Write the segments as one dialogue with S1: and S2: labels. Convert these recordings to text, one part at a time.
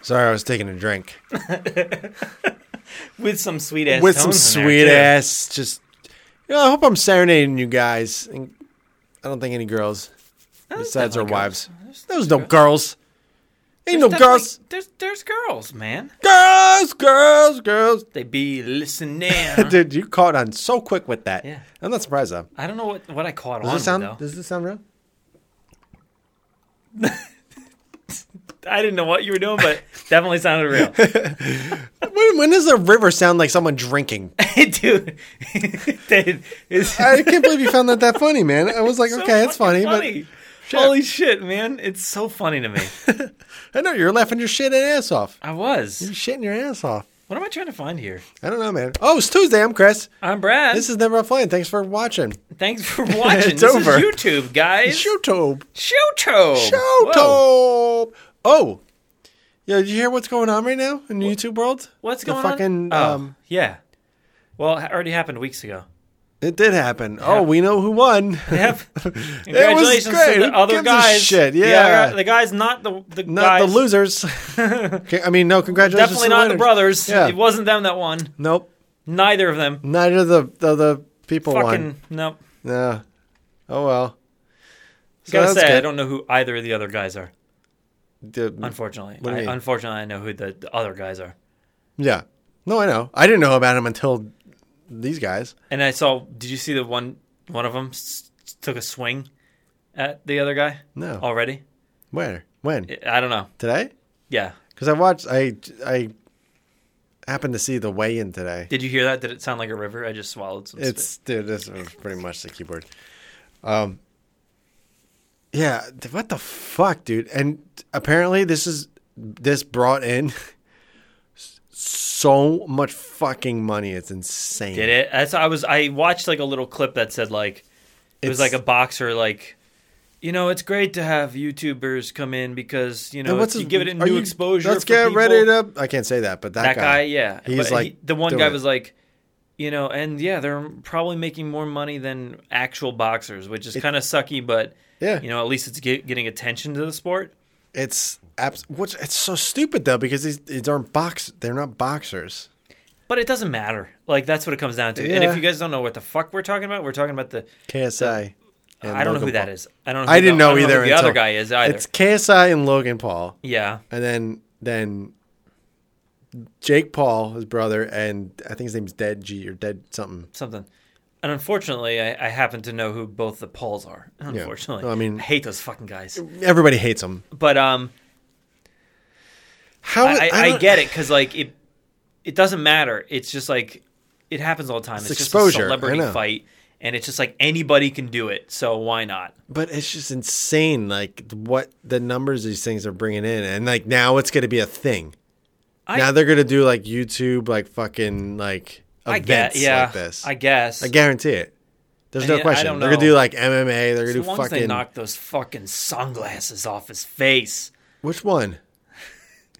S1: Sorry, I was taking a drink
S2: with some sweet ass.
S1: with some sweet ass. Just, you know, I hope I'm serenading you guys. And I don't think any girls besides our
S2: definitely
S1: wives.
S2: girls.
S1: There's no girls. Ain't no girls.
S2: There's there's girls, man.
S1: Girls, girls, girls.
S2: They be listening.
S1: Dude, you caught on so quick with that.
S2: Yeah.
S1: I'm not surprised though.
S2: I don't know what, what I caught
S1: Does
S2: on
S1: this sound?
S2: with, though.
S1: Does this sound real?
S2: I didn't know what you were doing, but definitely sounded real,
S1: When, when does a river sound like someone drinking?
S2: dude. dude it's
S1: I can't believe you found that that funny, man. I was like,
S2: so
S1: okay, that's funny,
S2: fucking
S1: but shit.
S2: Holy shit, man! It's so funny to me.
S1: I know you're laughing your shit and ass off.
S2: I was.
S1: You're shitting your ass off.
S2: What am I trying to find here?
S1: I don't know, man. Oh, it's Tuesday. I'm Chris.
S2: I'm Brad.
S1: This is Never Up Flying. Thanks for watching.
S2: Thanks for watching.
S1: It's
S2: this
S1: over.
S2: is YouTube, guys.
S1: Showtobe.
S2: Showtube. Whoa.
S1: Showtobe. Oh, yeah. Did you hear what's going on right now in the YouTube world?
S2: What's
S1: The
S2: going
S1: fucking,
S2: on? Oh,
S1: um,
S2: yeah. Well, it already happened weeks ago.
S1: It did happen. Oh, we know who won.
S2: Yep. Congratulations
S1: great.
S2: to
S1: Who
S2: the other
S1: gives a
S2: guys.
S1: shit?
S2: The
S1: Yeah.
S2: other- the guys, not the the
S1: Not
S2: guys.
S1: the losers. Okay, I mean, no. Congratulations.
S2: Definitely
S1: to
S2: not the
S1: winners.
S2: brothers.
S1: Yeah.
S2: It wasn't them that won.
S1: Nope.
S2: Neither of them.
S1: Neither of the the, the people won.
S2: Fucking nope.
S1: Yeah. Oh well. So
S2: Gotta
S1: that's
S2: say, I
S1: good.
S2: don't know who either of the other guys are.
S1: Did-
S2: Unfortunately,
S1: What do you
S2: I,
S1: mean?
S2: unfortunately, I know who the, the other guys are.
S1: Yeah. No, I know. I didn't know about him until these guys.
S2: And I saw. Did you see the one? One of them s- took a swing at the other guy.
S1: No.
S2: Already.
S1: Where? When?
S2: I don't know.
S1: Today?
S2: Yeah.
S1: Because I watched. I I happened to see the weigh-in today.
S2: Did you hear that? Did it sound like a river? I just swallowed some. spit.
S1: It's dude. This is pretty much the keyboard. Um. Yeah. th- What the fuck, dude? And apparently, this is this brought in s- so much fucking money. It's insane.
S2: Did it? That's I was. I watched like a little clip that said like it was
S1: It's-
S2: like a boxer like. You know, it's great to have YouTubers come in because you know
S1: And
S2: it's, you
S1: his-
S2: give it a
S1: are
S2: new
S1: you-
S2: exposure.
S1: Let's
S2: for
S1: get
S2: people.
S1: ready to. I can't say that, but that,
S2: That guy, yeah.
S1: he's
S2: But
S1: like
S2: he- the one
S1: doing
S2: guy
S1: it.
S2: was like, you know, and yeah, they're probably making more money than actual boxers, which is kind of sucky, but
S1: Yeah.
S2: you know, at least it's get, getting attention to the sport.
S1: It's abs- which it's so stupid though because these, these aren't box. They're not boxers.
S2: But it doesn't matter. Like that's what it comes down to. And
S1: Yeah.
S2: if you guys don't know what the fuck we're talking about, we're talking about the
S1: KSI. and
S2: I don't know
S1: Logan
S2: who that
S1: Paul.
S2: is. I don't. Know who
S1: I
S2: the-
S1: didn't know
S2: don't
S1: either.
S2: who the
S1: until-
S2: other guy is either.
S1: It's KSI and Logan Paul,
S2: yeah.
S1: and then then Jake Paul, his brother, and I think his name's Dead G or Dead something.
S2: something. And unfortunately, I, I happen to know who both the Pauls are. Unfortunately,
S1: No, I mean-
S2: hate those fucking guys.
S1: Everybody hates him.
S2: But um,
S1: How
S2: I, I, I,
S1: don't-
S2: get it because like it, it doesn't matter. It's just like it happens all the time. It's,
S1: exposure, I
S2: Just a celebrity
S1: know.
S2: fight, and it's just like anybody can do it. So why not?
S1: But it's just insane, like what the numbers these things are bringing in, and like now it's going to be a thing.
S2: I-
S1: now they're going to do like YouTube, like fucking like
S2: I get.
S1: events
S2: Yeah.
S1: like this.
S2: I guess.
S1: I guarantee it. There's
S2: I
S1: no
S2: mean, I
S1: question.
S2: don't
S1: They're gonna
S2: know.
S1: do like MMA. They're gonna
S2: As
S1: do
S2: long as they
S1: fucking.
S2: knock those fucking sunglasses off his face.
S1: Which one?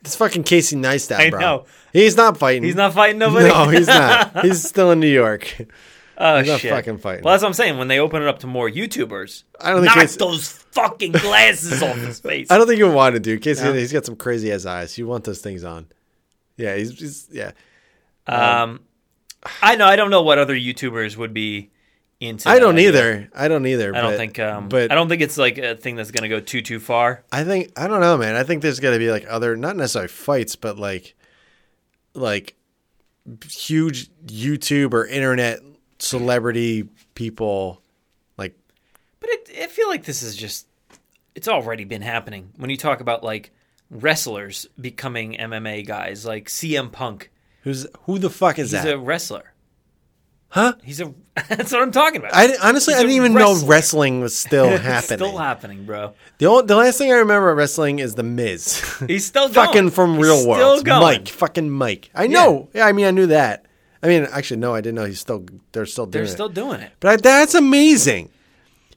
S1: It's fucking Casey Neistat,
S2: I
S1: bro.
S2: know.
S1: He's not fighting.
S2: He's not fighting nobody.
S1: No, he's not. he's still in New York.
S2: Oh
S1: not
S2: shit!
S1: fucking fighting.
S2: Well, that's what I'm saying. When they open it up to more YouTubers,
S1: I don't think
S2: knock
S1: it's-
S2: those fucking glasses off his face.
S1: I don't think you want to do Casey.
S2: No.
S1: He's got some crazy ass eyes. You want those things on? Yeah, he's, he's yeah.
S2: Um, I know. I don't know what other YouTubers would be into.
S1: I
S2: that
S1: don't
S2: idea.
S1: either. I don't either.
S2: I don't
S1: but-
S2: think. Um,
S1: but
S2: I don't think it's like a thing that's gonna go too too far.
S1: I think I don't know, man. I think there's gonna be like other, not necessarily fights, but like, like huge YouTube or internet celebrity people. Like,
S2: But it, I feel like this is just. It's already been happening when you talk about like wrestlers becoming MMA guys, like CM Punk.
S1: who's who the fuck is
S2: He's
S1: that?
S2: a wrestler.
S1: Huh?
S2: He's a. that's what I'm talking about.
S1: I di- honestly, I
S2: he's a
S1: didn't even know
S2: wrestler.
S1: wrestling was still
S2: It's
S1: happening.
S2: still happening, bro.
S1: the only, the last thing I remember about wrestling is the Miz.
S2: He's still going.
S1: fucking from
S2: He's
S1: real
S2: still
S1: world. It's
S2: going.
S1: Mike, fucking Mike. I know. Yeah. I mean, I knew that. I mean, actually, no, I didn't know. He's still. They're still doing.
S2: They're
S1: it.
S2: still doing it.
S1: But I, that's amazing.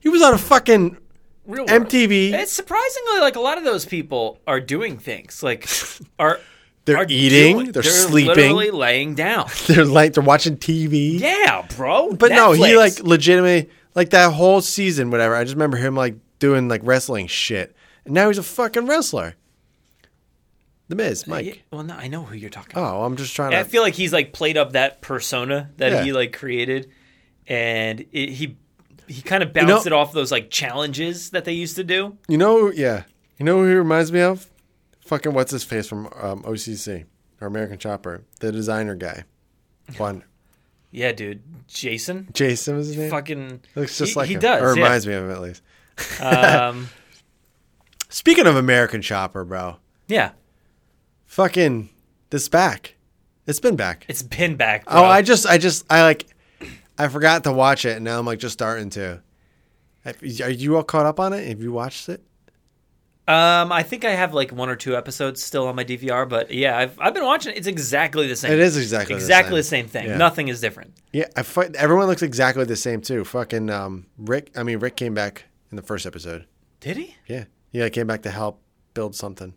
S1: He was on a fucking
S2: Real world.
S1: MTV.
S2: It's surprisingly like a lot of those people are doing things like are
S1: They're
S2: are
S1: eating,
S2: doing-
S1: they're
S2: literally
S1: sleeping.
S2: laying down.
S1: They're like they're watching TV.
S2: Yeah, bro.
S1: But no, he
S2: Netflix.
S1: like legitimately like that whole season, whatever. I just remember him like doing like wrestling shit, and now he's a fucking wrestler. The Miz, Mike.
S2: Yeah, well, no, I know who you're talking about.
S1: Oh, I'm just trying
S2: I
S1: to.
S2: feel like he's like played up that persona that
S1: Yeah.
S2: he like created, and it, he he kind of
S1: know-
S2: bounced it off those like challenges that they used to do.
S1: You know, yeah. You know who he reminds me of? Fucking what's his face from um, OCC or American Chopper, the designer guy. One
S2: Yeah, dude, Jason,
S1: Jason was his name.
S2: fucking
S1: Looks just
S2: he,
S1: like
S2: he
S1: him,
S2: does.
S1: Or
S2: yeah.
S1: reminds me of him at least.
S2: um,
S1: Speaking of American Chopper, bro,
S2: yeah,
S1: fucking this back. It's been back.
S2: it's been back. Bro.
S1: Oh, I just, I just, I like, I forgot to watch it, and now I'm like just starting to. Are you all caught up on it? Have you watched it?
S2: um, I think I have like one or two episodes still on my DVR, but yeah, I've I've been watching. it. It's exactly the same.
S1: It is exactly the
S2: exactly the
S1: same.
S2: same, thing.
S1: Yeah.
S2: Nothing is different.
S1: Yeah, I fi- everyone looks exactly the same too. Fucking um, Rick. I mean, Rick came back in the first episode.
S2: Did he?
S1: Yeah, he like, came back to help build something.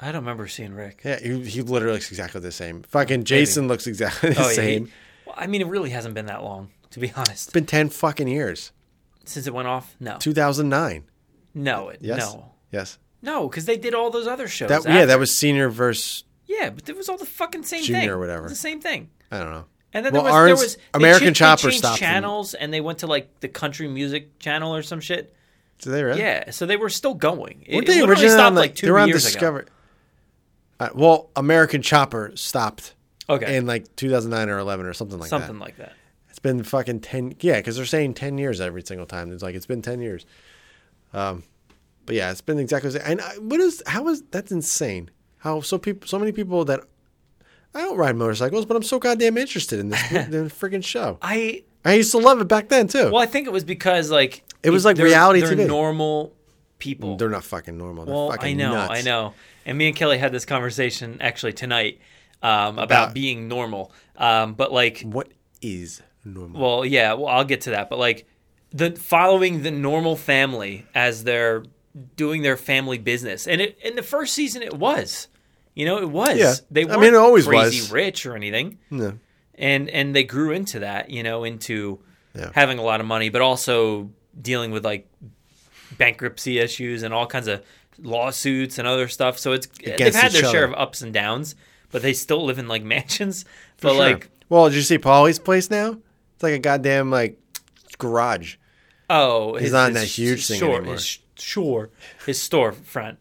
S2: I don't remember seeing Rick.
S1: Yeah, he, he literally looks exactly the same. Fucking Jason looks exactly the
S2: Oh, yeah,
S1: same.
S2: he- well, I mean, it really hasn't been that long, to be honest,
S1: It's been ten fucking years.
S2: since it went off. No,
S1: Two thousand nine.
S2: no, it,
S1: Yes.
S2: no,
S1: Yes.
S2: no, because they did all those other shows.
S1: That yeah,
S2: after.
S1: that was senior versus
S2: yeah, but it was all the fucking same
S1: Junior
S2: thing
S1: or whatever.
S2: the same thing.
S1: I don't know.
S2: And then
S1: Well,
S2: there was,
S1: ours-
S2: there was they
S1: American
S2: changed- they
S1: Chopper
S2: changed
S1: stopped them.
S2: channels, and they went to like the country music channel or some shit.
S1: Did they really?
S2: Yeah, so they were still going. It,
S1: Weren't
S2: it
S1: they
S2: literally
S1: originally
S2: stopped
S1: on, like,
S2: like two
S1: they were on
S2: years
S1: Discovery? Uh, well, American Chopper stopped
S2: ago. Okay,
S1: in like 2009 or 11 or something like that.
S2: something like that.
S1: It's been fucking 10 yeah, cuz they're saying 10 years every single time. It's like it's been 10 years. Um but yeah, it's been exactly the same. And I, what is how is that's insane. How so people so many people that I don't ride motorcycles, but I'm so goddamn interested in this the freaking show.
S2: I
S1: I used to love it back then too.
S2: well, I think it was because like
S1: It was like
S2: they're-
S1: reality
S2: they're
S1: TV.
S2: normal people.
S1: They're not fucking normal. They're
S2: Well,
S1: fucking
S2: I know,
S1: nuts.
S2: I know. And me and Kelly had this conversation actually tonight um, about,
S1: About-
S2: being normal. Um, but like,
S1: What is normal?
S2: well, yeah, well, I'll get to that. But like, the following the normal family as they're doing their family business, and it in the first season it was, you know, it was.
S1: Yeah.
S2: They
S1: I
S2: weren't
S1: mean, it always
S2: crazy
S1: was.
S2: rich or anything,
S1: no.
S2: and and they grew into that, you know, into
S1: Yeah.
S2: having a lot of money, but also dealing with like bankruptcy issues and all kinds of lawsuits and other stuff. So it's they've
S1: Against
S2: had their
S1: each
S2: share of
S1: other.
S2: ups and downs, but they still live in like mansions. But like,
S1: well, did you see Paulie's place now? It's like a goddamn like garage.
S2: oh,
S1: He's not in that huge thing
S2: sure,
S1: anymore.
S2: His, sh- sure, his storefront.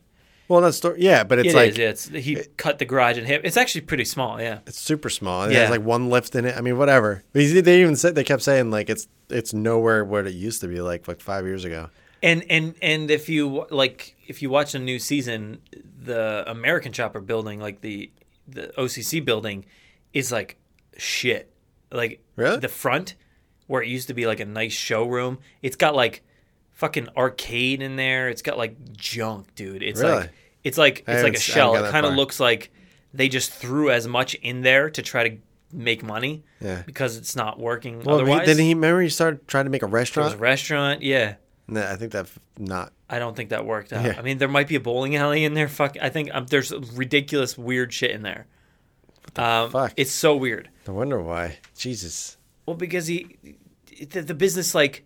S1: Well, not store. Yeah, but it's
S2: It is.
S1: like
S2: yeah, it's, he cut the garage in half. It's actually pretty small. Yeah,
S1: it's super small. It
S2: Yeah.
S1: has like one lift in it. I mean, whatever. But you see, they even said they kept saying like it's it's nowhere what it used to be like like five years ago.
S2: and and and if you like, if you watch a new season, the American Chopper building, like the the OCC building, is like shit. Like
S1: Really?
S2: the front where it used to be like a nice showroom. It's got like fucking arcade in there. It's got like junk, dude. It's
S1: Really?
S2: like it's like
S1: I
S2: it's like
S1: haven't
S2: a
S1: s- I haven't
S2: shell.
S1: got
S2: It
S1: that
S2: kind of
S1: far.
S2: looks like they just threw as much in there to try to make money
S1: Yeah.
S2: because it's not working
S1: Well, he,
S2: otherwise.
S1: then he remember he started trying to make a
S2: it was
S1: restaurant.
S2: a restaurant, yeah.
S1: No, I think that's not.
S2: I don't think that worked out.
S1: Yeah.
S2: I mean, there might be a bowling alley in there. Fuck, I think um, there's ridiculous weird shit in there. um,
S1: fuck?
S2: It's so weird.
S1: No wonder why. Jesus.
S2: Well, because he, the, the business like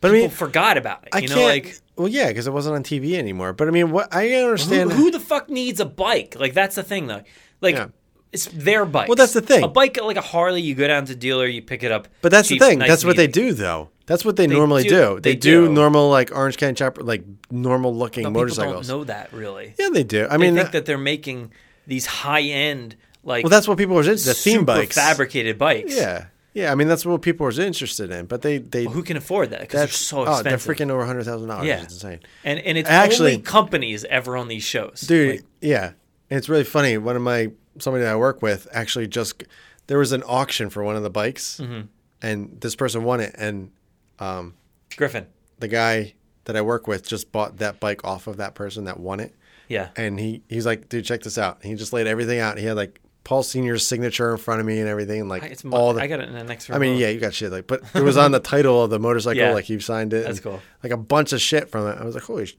S1: But I
S2: people
S1: mean,
S2: forgot about it.
S1: I
S2: you
S1: can't.
S2: know, like
S1: well, yeah, because it wasn't on TV anymore. But I mean, what I
S2: who,
S1: understand.
S2: who the fuck needs a bike? Like that's the thing though. Like
S1: Yeah.
S2: it's their bike.
S1: Well, that's the thing.
S2: A bike like a Harley, you go down to dealer, you pick it up.
S1: But that's
S2: cheap,
S1: the thing.
S2: nice
S1: that's
S2: and
S1: what they
S2: easy.
S1: do, though. That's what they, normally
S2: do-
S1: do.
S2: they
S1: They, do,
S2: do.
S1: normal like Orange County Chopper, like normal looking
S2: But
S1: motorcycles.
S2: People don't know that really.
S1: Yeah, they do. I
S2: They
S1: mean,
S2: think that they're making these high end like
S1: well, that's what people were into. The
S2: super
S1: theme bikes.
S2: fabricated bikes.
S1: Yeah, yeah. I mean, that's what people were interested in. But they they
S2: Who can afford that? Because they're
S1: that's
S2: so
S1: oh,
S2: expensive.
S1: they're freaking over hundred thousand dollars.
S2: Yeah.
S1: it's insane,
S2: and and it's
S1: Actually-
S2: only companies ever on these shows,
S1: dude.
S2: Like,
S1: yeah, and it's really funny. One of my somebody that I work with actually just there was an auction for one of the bikes,
S2: Mm-hmm.
S1: and this person won it, and um,
S2: Griffin.
S1: the guy that I work with just bought that bike off of that person that won it.
S2: Yeah.
S1: and he he was like, dude, check this out. And he just laid everything out. He had like Paul Senior's signature in front of me and everything, and like
S2: I- it's my,
S1: all the.
S2: I
S1: I,
S2: got it in the next.
S1: mean,
S2: remote.
S1: yeah, you got shit like, but it was on the title of the motorcycle.
S2: Yeah.
S1: Like he signed it.
S2: That's
S1: and,
S2: cool.
S1: Like a bunch of shit from it. I was like, holy sh-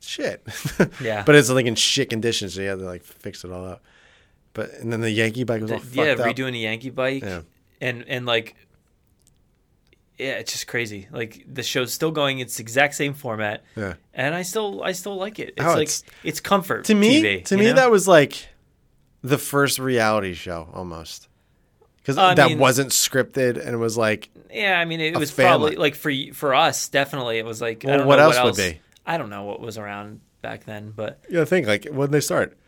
S1: shit.
S2: Yeah.
S1: But it's like in shit condition, so you had to like fix it all up. But and then the Yankee bike was all
S2: yeah,
S1: fucked up.
S2: redoing a Yankee bike,
S1: Yeah.
S2: and and like yeah, it's just crazy. Like the show's still going. It's the exact same format.
S1: Yeah.
S2: And I still I still like it. It's
S1: Oh,
S2: like
S1: it's-
S2: it's, comfort
S1: to me
S2: TV,
S1: to
S2: you
S1: me
S2: know?
S1: that was like the first reality show almost because
S2: I
S1: that
S2: mean-
S1: wasn't scripted and it was like
S2: yeah. I mean, it,
S1: a
S2: was
S1: family.
S2: probably like for y- for us definitely. It was like
S1: Well,
S2: I don't
S1: what
S2: know
S1: else
S2: what
S1: would
S2: else
S1: be?
S2: I don't know what was around back then, but
S1: you know think like when they start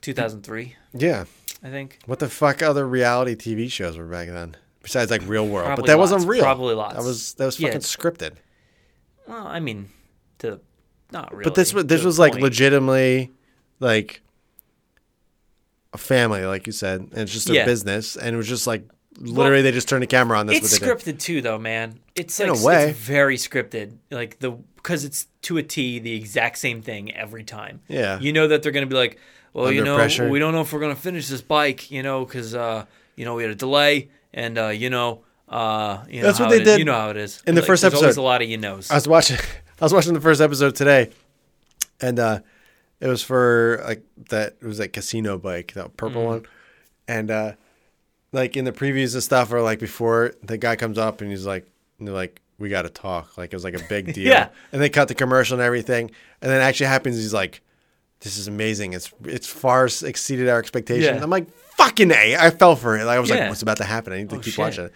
S2: 2003,
S1: yeah
S2: I think.
S1: what the fuck other reality tv shows were back then besides like real world but
S2: Probably
S1: that
S2: lots,
S1: wasn't real
S2: probably lots.
S1: that was that was
S2: Yeah.
S1: fucking scripted
S2: Well, I mean, to not really.
S1: but this was this
S2: to a
S1: was like
S2: point.
S1: legitimately like a family like you said and it's just a
S2: Yeah.
S1: business and it was just like literally they just turned the camera on this
S2: It's scripted too, though, man. It's
S1: In
S2: like
S1: a way.
S2: it's very scripted, like the because it's to a T the exact same thing every time.
S1: Yeah.
S2: you know that they're gonna be like, well, you
S1: Under
S2: know,
S1: pressure.
S2: we don't know if we're gonna finish this bike, you know, because uh, you know we had a delay, and uh, you know, uh, you know
S1: That's what
S2: how
S1: they
S2: it is-
S1: did
S2: You know how it is
S1: in the first
S2: there's Always
S1: episode.
S2: a lot of you knows.
S1: I was watching I was watching the first episode today and uh it was for like that it was that casino bike, that
S2: Mm.
S1: purple one. And uh like in the previews and stuff or like before the guy comes up and he's like and they're like we got to talk. Like it was like a big deal.
S2: Yeah.
S1: And they cut the commercial and everything and then it actually happens he's like this is amazing. It's it's far s- exceeded our expectations.
S2: Yeah.
S1: I'm like fucking A. I fell for it. Like I was like
S2: Yeah.
S1: what's about to happen? I need to
S2: Oh,
S1: keep
S2: shit.
S1: watching it.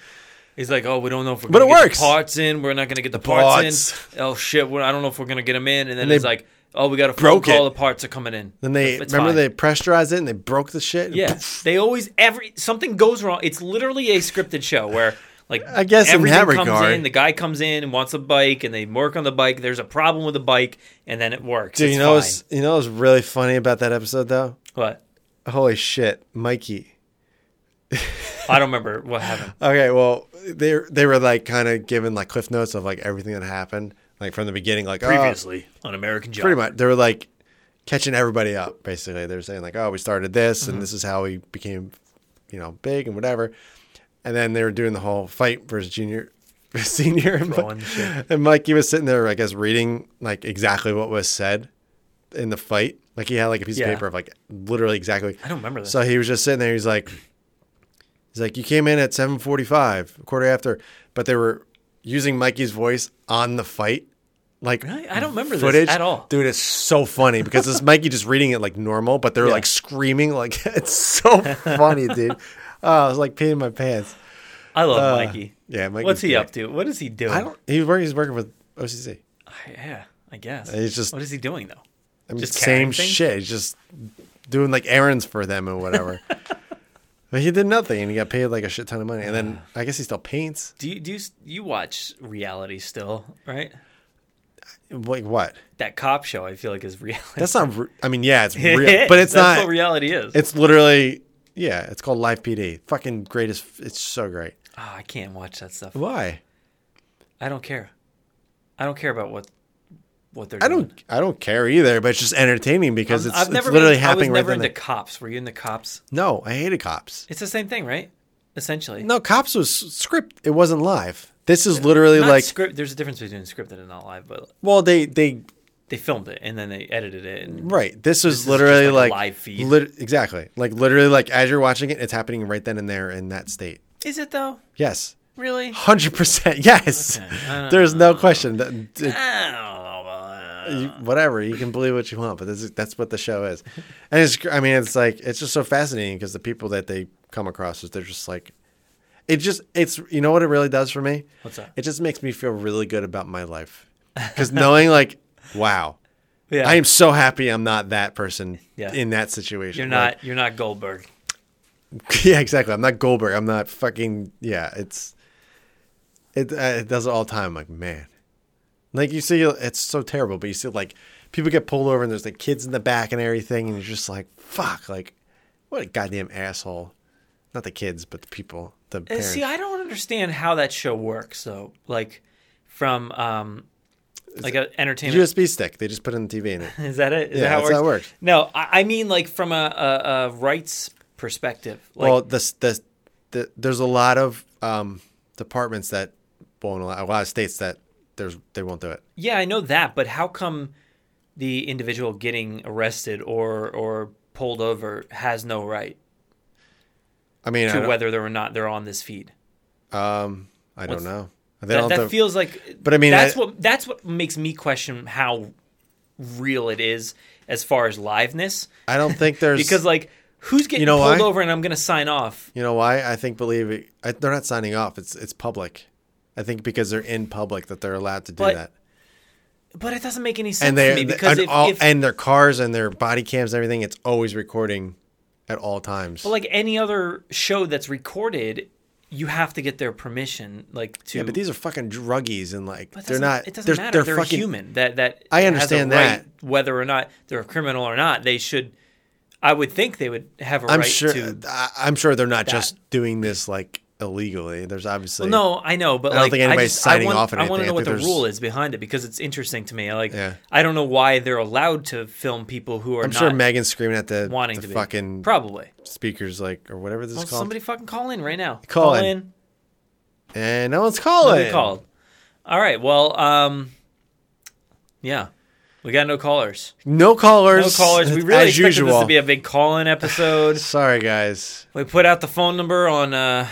S2: He's like, oh, we don't know if we're
S1: But
S2: gonna
S1: it
S2: get
S1: works.
S2: the parts in. We're not gonna get the, parts, in. Oh shit, we're, I don't know if we're gonna get them in. And then
S1: they
S2: it's like, oh, we got a phone
S1: broke
S2: call.
S1: it.
S2: The parts are coming in.
S1: Then they
S2: It's
S1: remember
S2: fine.
S1: they pressurized it and they broke the shit. and
S2: Yeah,
S1: poof,
S2: they always every something goes wrong. It's literally a scripted show where like
S1: I guess in
S2: everything
S1: that
S2: comes
S1: regard-
S2: in. The guy comes in and wants a bike, and they work on the bike. There's a problem with the bike, and then it works.
S1: Dude,
S2: it's
S1: you know
S2: fine.
S1: what's you know what's really funny about that episode though?
S2: what?
S1: Holy shit, Mikey.
S2: I don't remember what happened.
S1: Okay, well they they were like kind of giving like cliff notes of like everything that happened, like from the beginning, like oh, previously,
S2: Previously on American Job.
S1: pretty much they were like catching everybody up. Basically, they were saying like, oh, we started this,
S2: Mm-hmm.
S1: and this is how we became, you know, big and whatever. And then they were doing the whole fight versus junior, senior, and,
S2: Throwing shit.
S1: and Mikey was sitting there, I guess, reading like exactly what was said in the fight. Like he had like a piece
S2: Yeah.
S1: of paper of like literally exactly.
S2: I don't remember that.
S1: So he was just sitting there. He's like, he's like, you came in at seven forty-five, quarter after, but they were using Mikey's voice on the fight, like
S2: Really? I don't remember this
S1: footage
S2: at all.
S1: Dude, it's so funny because it's Mikey just reading it like normal, but they're
S2: Yeah.
S1: like screaming like it's so funny, dude. Oh, I was like peeing my pants.
S2: I love
S1: Uh,
S2: Mikey.
S1: yeah, Mikey's
S2: What's he
S1: great.
S2: up to? What is he doing?
S1: I don't. He's working. He's working with OCC.
S2: I- yeah, I guess.
S1: He's just-
S2: What is he doing though?
S1: I mean,
S2: Just
S1: same
S2: carrying things?
S1: shit. He's just doing like errands for them and whatever. but he did nothing, and he got paid like a shit ton of money. And then I guess he still paints.
S2: Do you do you, s- you watch reality still? Right.
S1: Like what?
S2: That cop show, I feel like is reality.
S1: That's not. Re- I mean, yeah, it's
S2: It
S1: real, but
S2: is.
S1: it's not.
S2: That's what reality is.
S1: it's literally. Yeah, it's called Live PD. Fucking greatest. It's so great.
S2: Oh, I can't watch that stuff.
S1: Why?
S2: I don't care. I don't care about what what they're.
S1: I
S2: doing.
S1: don't. I don't care either. But it's just entertaining because
S2: I'm-
S1: it's, it's literally
S2: been,
S1: happening
S2: I was never
S1: right
S2: into
S1: then.
S2: cops. Were you into cops?
S1: No, I hated cops.
S2: It's the same thing, right? Essentially.
S1: No, cops was script. It wasn't live. This is literally
S2: Not
S1: like.
S2: script. There's a difference between scripted and not live, but
S1: well, they they
S2: they filmed it and then they edited it. And
S1: Right. This was
S2: is
S1: literally
S2: just
S1: like,
S2: like a live feed.
S1: lit- exactly. Like literally like as you're watching it, it's happening right then and there in that state.
S2: Is it though?
S1: Yes.
S2: Really?
S1: 100%. Yes.
S2: I
S1: There's no question. That- it-
S2: I don't know about that.
S1: you- whatever, you can believe what you want, but this is, that's what the show is. And it's I mean, it's like it's just so fascinating because the people that they come across is they're just like it just it's you know what it really does for me?
S2: What's that?
S1: It just makes me feel really good about my life. Cuz knowing like wow,
S2: Yeah.
S1: I am so happy I'm not that person
S2: Yeah.
S1: in that situation.
S2: You're
S1: Like,
S2: not. you're not Goldberg.
S1: Yeah, exactly. I'm not Goldberg. I'm not fucking. Yeah, it's it. Uh, it does it all the time. I'm like man, like you see, it's so terrible. But you see, like people get pulled over and there's like kids in the back and everything, and you're just like, fuck, like what a goddamn asshole. Not the kids, but the people. The
S2: Uh,
S1: parents.
S2: See, I don't understand how that show works though. Like, from um, like a entertainment.
S1: USB stick. They just put it in the TV in it.
S2: Is that it? Is
S1: Yeah,
S2: that how it
S1: that's
S2: works?
S1: how it works.
S2: No, I, I mean like from a, a, a rights perspective. Like,
S1: well, the, the the there's a lot of um departments that won't allow. A lot of states that there's they won't do it.
S2: yeah, I know that, but how come the individual getting arrested or or pulled over has no right
S1: I mean, I
S2: to
S1: don't-
S2: whether or not they're on this feed?
S1: Um, I don't
S2: What's-
S1: know. They
S2: That,
S1: don't
S2: that
S1: have to-
S2: feels like.
S1: But I mean,
S2: that's
S1: I-
S2: what that's what makes me question how real it is as far as liveness,
S1: I don't think there's
S2: because like who's getting
S1: You know
S2: pulled
S1: why?
S2: over and I'm gonna sign off.
S1: You know why? I think believe it, I, they're not signing off. It's it's public. I think because they're in public that they're allowed to do
S2: But
S1: that.
S2: But it doesn't make any sense
S1: And
S2: to
S1: they
S2: me because
S1: and,
S2: if,
S1: all,
S2: if
S1: and their cars and their body cams and everything. It's always recording at all times.
S2: But like any other show that's recorded, you have to get their permission, like to.
S1: yeah, but these are fucking druggies and like
S2: But it
S1: they're
S2: doesn't-
S1: not.
S2: It doesn't
S1: they're,
S2: matter.
S1: They're,
S2: They're,
S1: fucking
S2: human. That that
S1: I
S2: has a
S1: understand
S2: right,
S1: that.
S2: whether or not they're a criminal or not, they should. I would think they would have a
S1: I'm
S2: right
S1: sure.
S2: to.
S1: I, I'm sure they're not just doing this like illegally. There's obviously
S2: No, I know, but
S1: I don't
S2: like,
S1: think anybody's
S2: just-
S1: signing
S2: I want,
S1: off on
S2: I
S1: anything.
S2: want to
S1: I
S2: know what the
S1: think there's-
S2: rule is behind it because it's interesting to me. Like,
S1: Yeah.
S2: I don't know why they're allowed to film people who are
S1: I'm
S2: not
S1: sure Megan's screaming at the,
S2: wanting
S1: the
S2: to be.
S1: fucking
S2: Probably.
S1: speakers like or whatever this
S2: Well,
S1: is called.
S2: somebody fucking call in right now.
S1: Call
S2: call
S1: in.
S2: in.
S1: And no one's
S2: Nobody
S1: calling.
S2: called. All right. Well, um, yeah, we got no callers.
S1: No
S2: No
S1: callers.
S2: callers. We really
S1: as
S2: expected
S1: usual.
S2: this to be a big call-in episode.
S1: Sorry, guys.
S2: we put out the phone number on uh,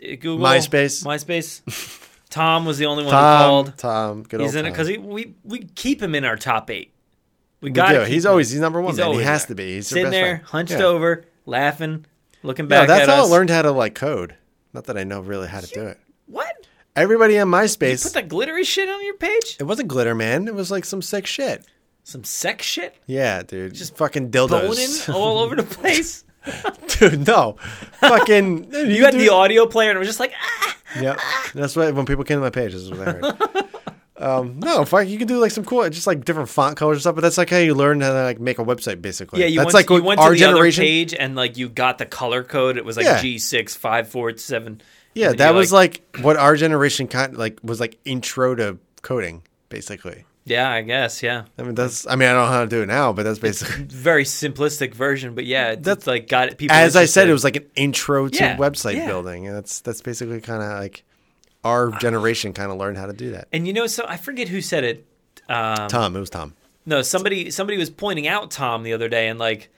S2: Google,
S1: MySpace.
S2: MySpace. Tom was the only one
S1: Tom.
S2: who called.
S1: Tom. Good
S2: He's
S1: old
S2: in it
S1: Tom.
S2: because we we keep him in our top eight. We
S1: We
S2: got.
S1: do. He's always he's number one.
S2: He's
S1: man.
S2: always
S1: he has
S2: there.
S1: to be. He's your
S2: sitting
S1: best
S2: there,
S1: friend.
S2: hunched
S1: Yeah.
S2: over, laughing, looking
S1: No,
S2: back
S1: that's
S2: at
S1: how
S2: us.
S1: I learned how to like code. Not that I know really how to do it.
S2: What?
S1: Everybody on
S2: You
S1: MySpace.
S2: put that glittery shit on your page?
S1: it wasn't glitter, man. It was like some sick shit.
S2: Some sex shit?
S1: Yeah, dude. Just fucking
S2: Boning
S1: dildos.
S2: all over the place?
S1: dude, no. fucking.
S2: You had the audio player, and it was just like, ah.
S1: Yeah, that's what when people came to my page, this is what I heard. um, no, fuck, you can do like some cool, just like different font colors and stuff. But that's like how you learn how to like make a website, basically.
S2: Yeah, you
S1: that's
S2: went,
S1: like
S2: you
S1: what
S2: went to the other page and like you got the color code. It was like
S1: Yeah.
S2: G six five four seven.
S1: Yeah,
S2: And then
S1: that
S2: you're
S1: was like, what our generation kind like was like intro to coding, basically.
S2: yeah, I guess, yeah,
S1: I mean, that's. I mean, I don't know how to do it now, but that's basically.
S2: very simplistic version, but yeah, it- it's like got it. People
S1: As I said,
S2: interested.
S1: it was like an intro to
S2: Yeah,
S1: website
S2: yeah. Ah.
S1: building, and that's that's basically kind of like our generation kind of learned how to do that.
S2: and you know, so I forget who said it. Um,
S1: Tom, it was Tom.
S2: no, somebody somebody was pointing out Tom the other day and like,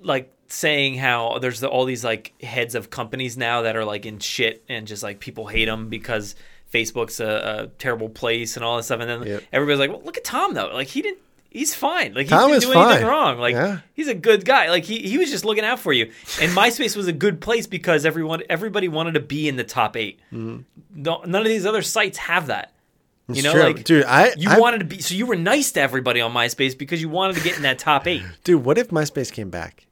S2: like saying how there's the, all these like heads of companies now that are like in shit and just like people hate them because Facebook's a, a terrible place and all this stuff. And then
S1: Yep.
S2: everybody's like, well, look at Tom though. Like he didn't. He's fine. Like he
S1: Tom is
S2: didn't do anything
S1: fine.
S2: wrong. Like
S1: Yeah.
S2: he's a good guy. Like he, he was just looking out for you. And MySpace was a good place because everyone everybody wanted to be in the top 8 No, none of these other sites have that. You
S1: It's
S2: know,
S1: true.
S2: like
S1: Dude, I-
S2: you
S1: I-
S2: wanted to be so you were nice to everybody on MySpace because you wanted to get in that top eight.
S1: Dude, what if MySpace came back?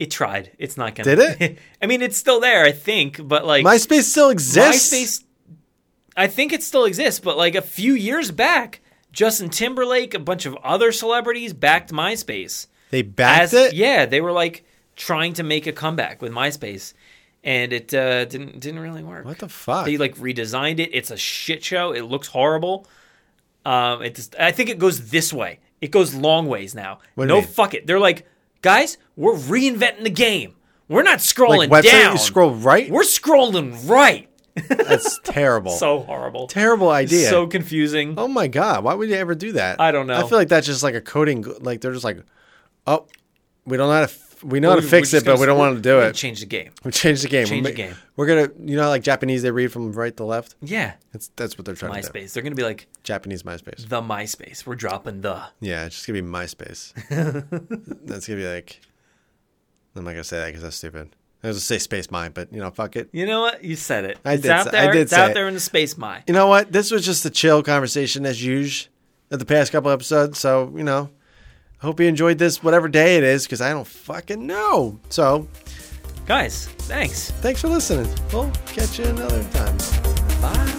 S2: It tried. It's not gonna.
S1: Did it?
S2: I mean, it's still there, I think, but like
S1: MySpace still exists.
S2: MySpace, I think it still exists, but like a few years back, Justin Timberlake, a bunch of other celebrities backed MySpace.
S1: They backed
S2: As-
S1: it.
S2: Yeah, they were like trying to make a comeback with MySpace, and it uh, didn't didn't really work.
S1: What the fuck?
S2: They like redesigned it. It's a shit show. It looks horrible. Um, it just, I think it goes this way. It goes long ways now.
S1: What do you
S2: no,
S1: mean?
S2: fuck it. They're like, guys, we're reinventing the game. We're not scrolling
S1: website, you
S2: down.
S1: scroll right?
S2: We're scrolling right.
S1: That's terrible.
S2: So horrible.
S1: terrible idea.
S2: So confusing.
S1: oh my god, why would you ever do that?
S2: I don't know.
S1: I feel like that's just like a coding. Like they're just like, oh, we don't know how to. f- We know how
S2: We-
S1: to
S2: we're
S1: fix
S2: just
S1: it, but
S2: gonna
S1: we don't
S2: scroll-
S1: want to do
S2: we're gonna
S1: it.
S2: Change the game.
S1: We change the game.
S2: change
S1: We're
S2: the
S1: ma-
S2: game.
S1: We're gonna, you know, how, like Japanese, they read from right to left.
S2: Yeah.
S1: It's, that's what they're trying to do.
S2: MySpace. They're gonna be like
S1: Japanese MySpace.
S2: the MySpace. We're dropping the.
S1: Yeah, it's just gonna be MySpace. that's gonna be like. I'm not gonna say that because that's stupid. I was gonna say space mine, but you know, fuck it.
S2: You know what? You said it.
S1: I
S2: it's
S1: did
S2: out
S1: say- I
S2: there.
S1: did
S2: it's
S1: say
S2: out
S1: it.
S2: there in the space mine.
S1: You know what? This was just a chill conversation as usual of the past couple episodes. So, you know, I hope you enjoyed this, whatever day it is, because I don't fucking know. So,
S2: Guys, thanks.
S1: thanks for listening. We'll catch you another time.
S2: Bye.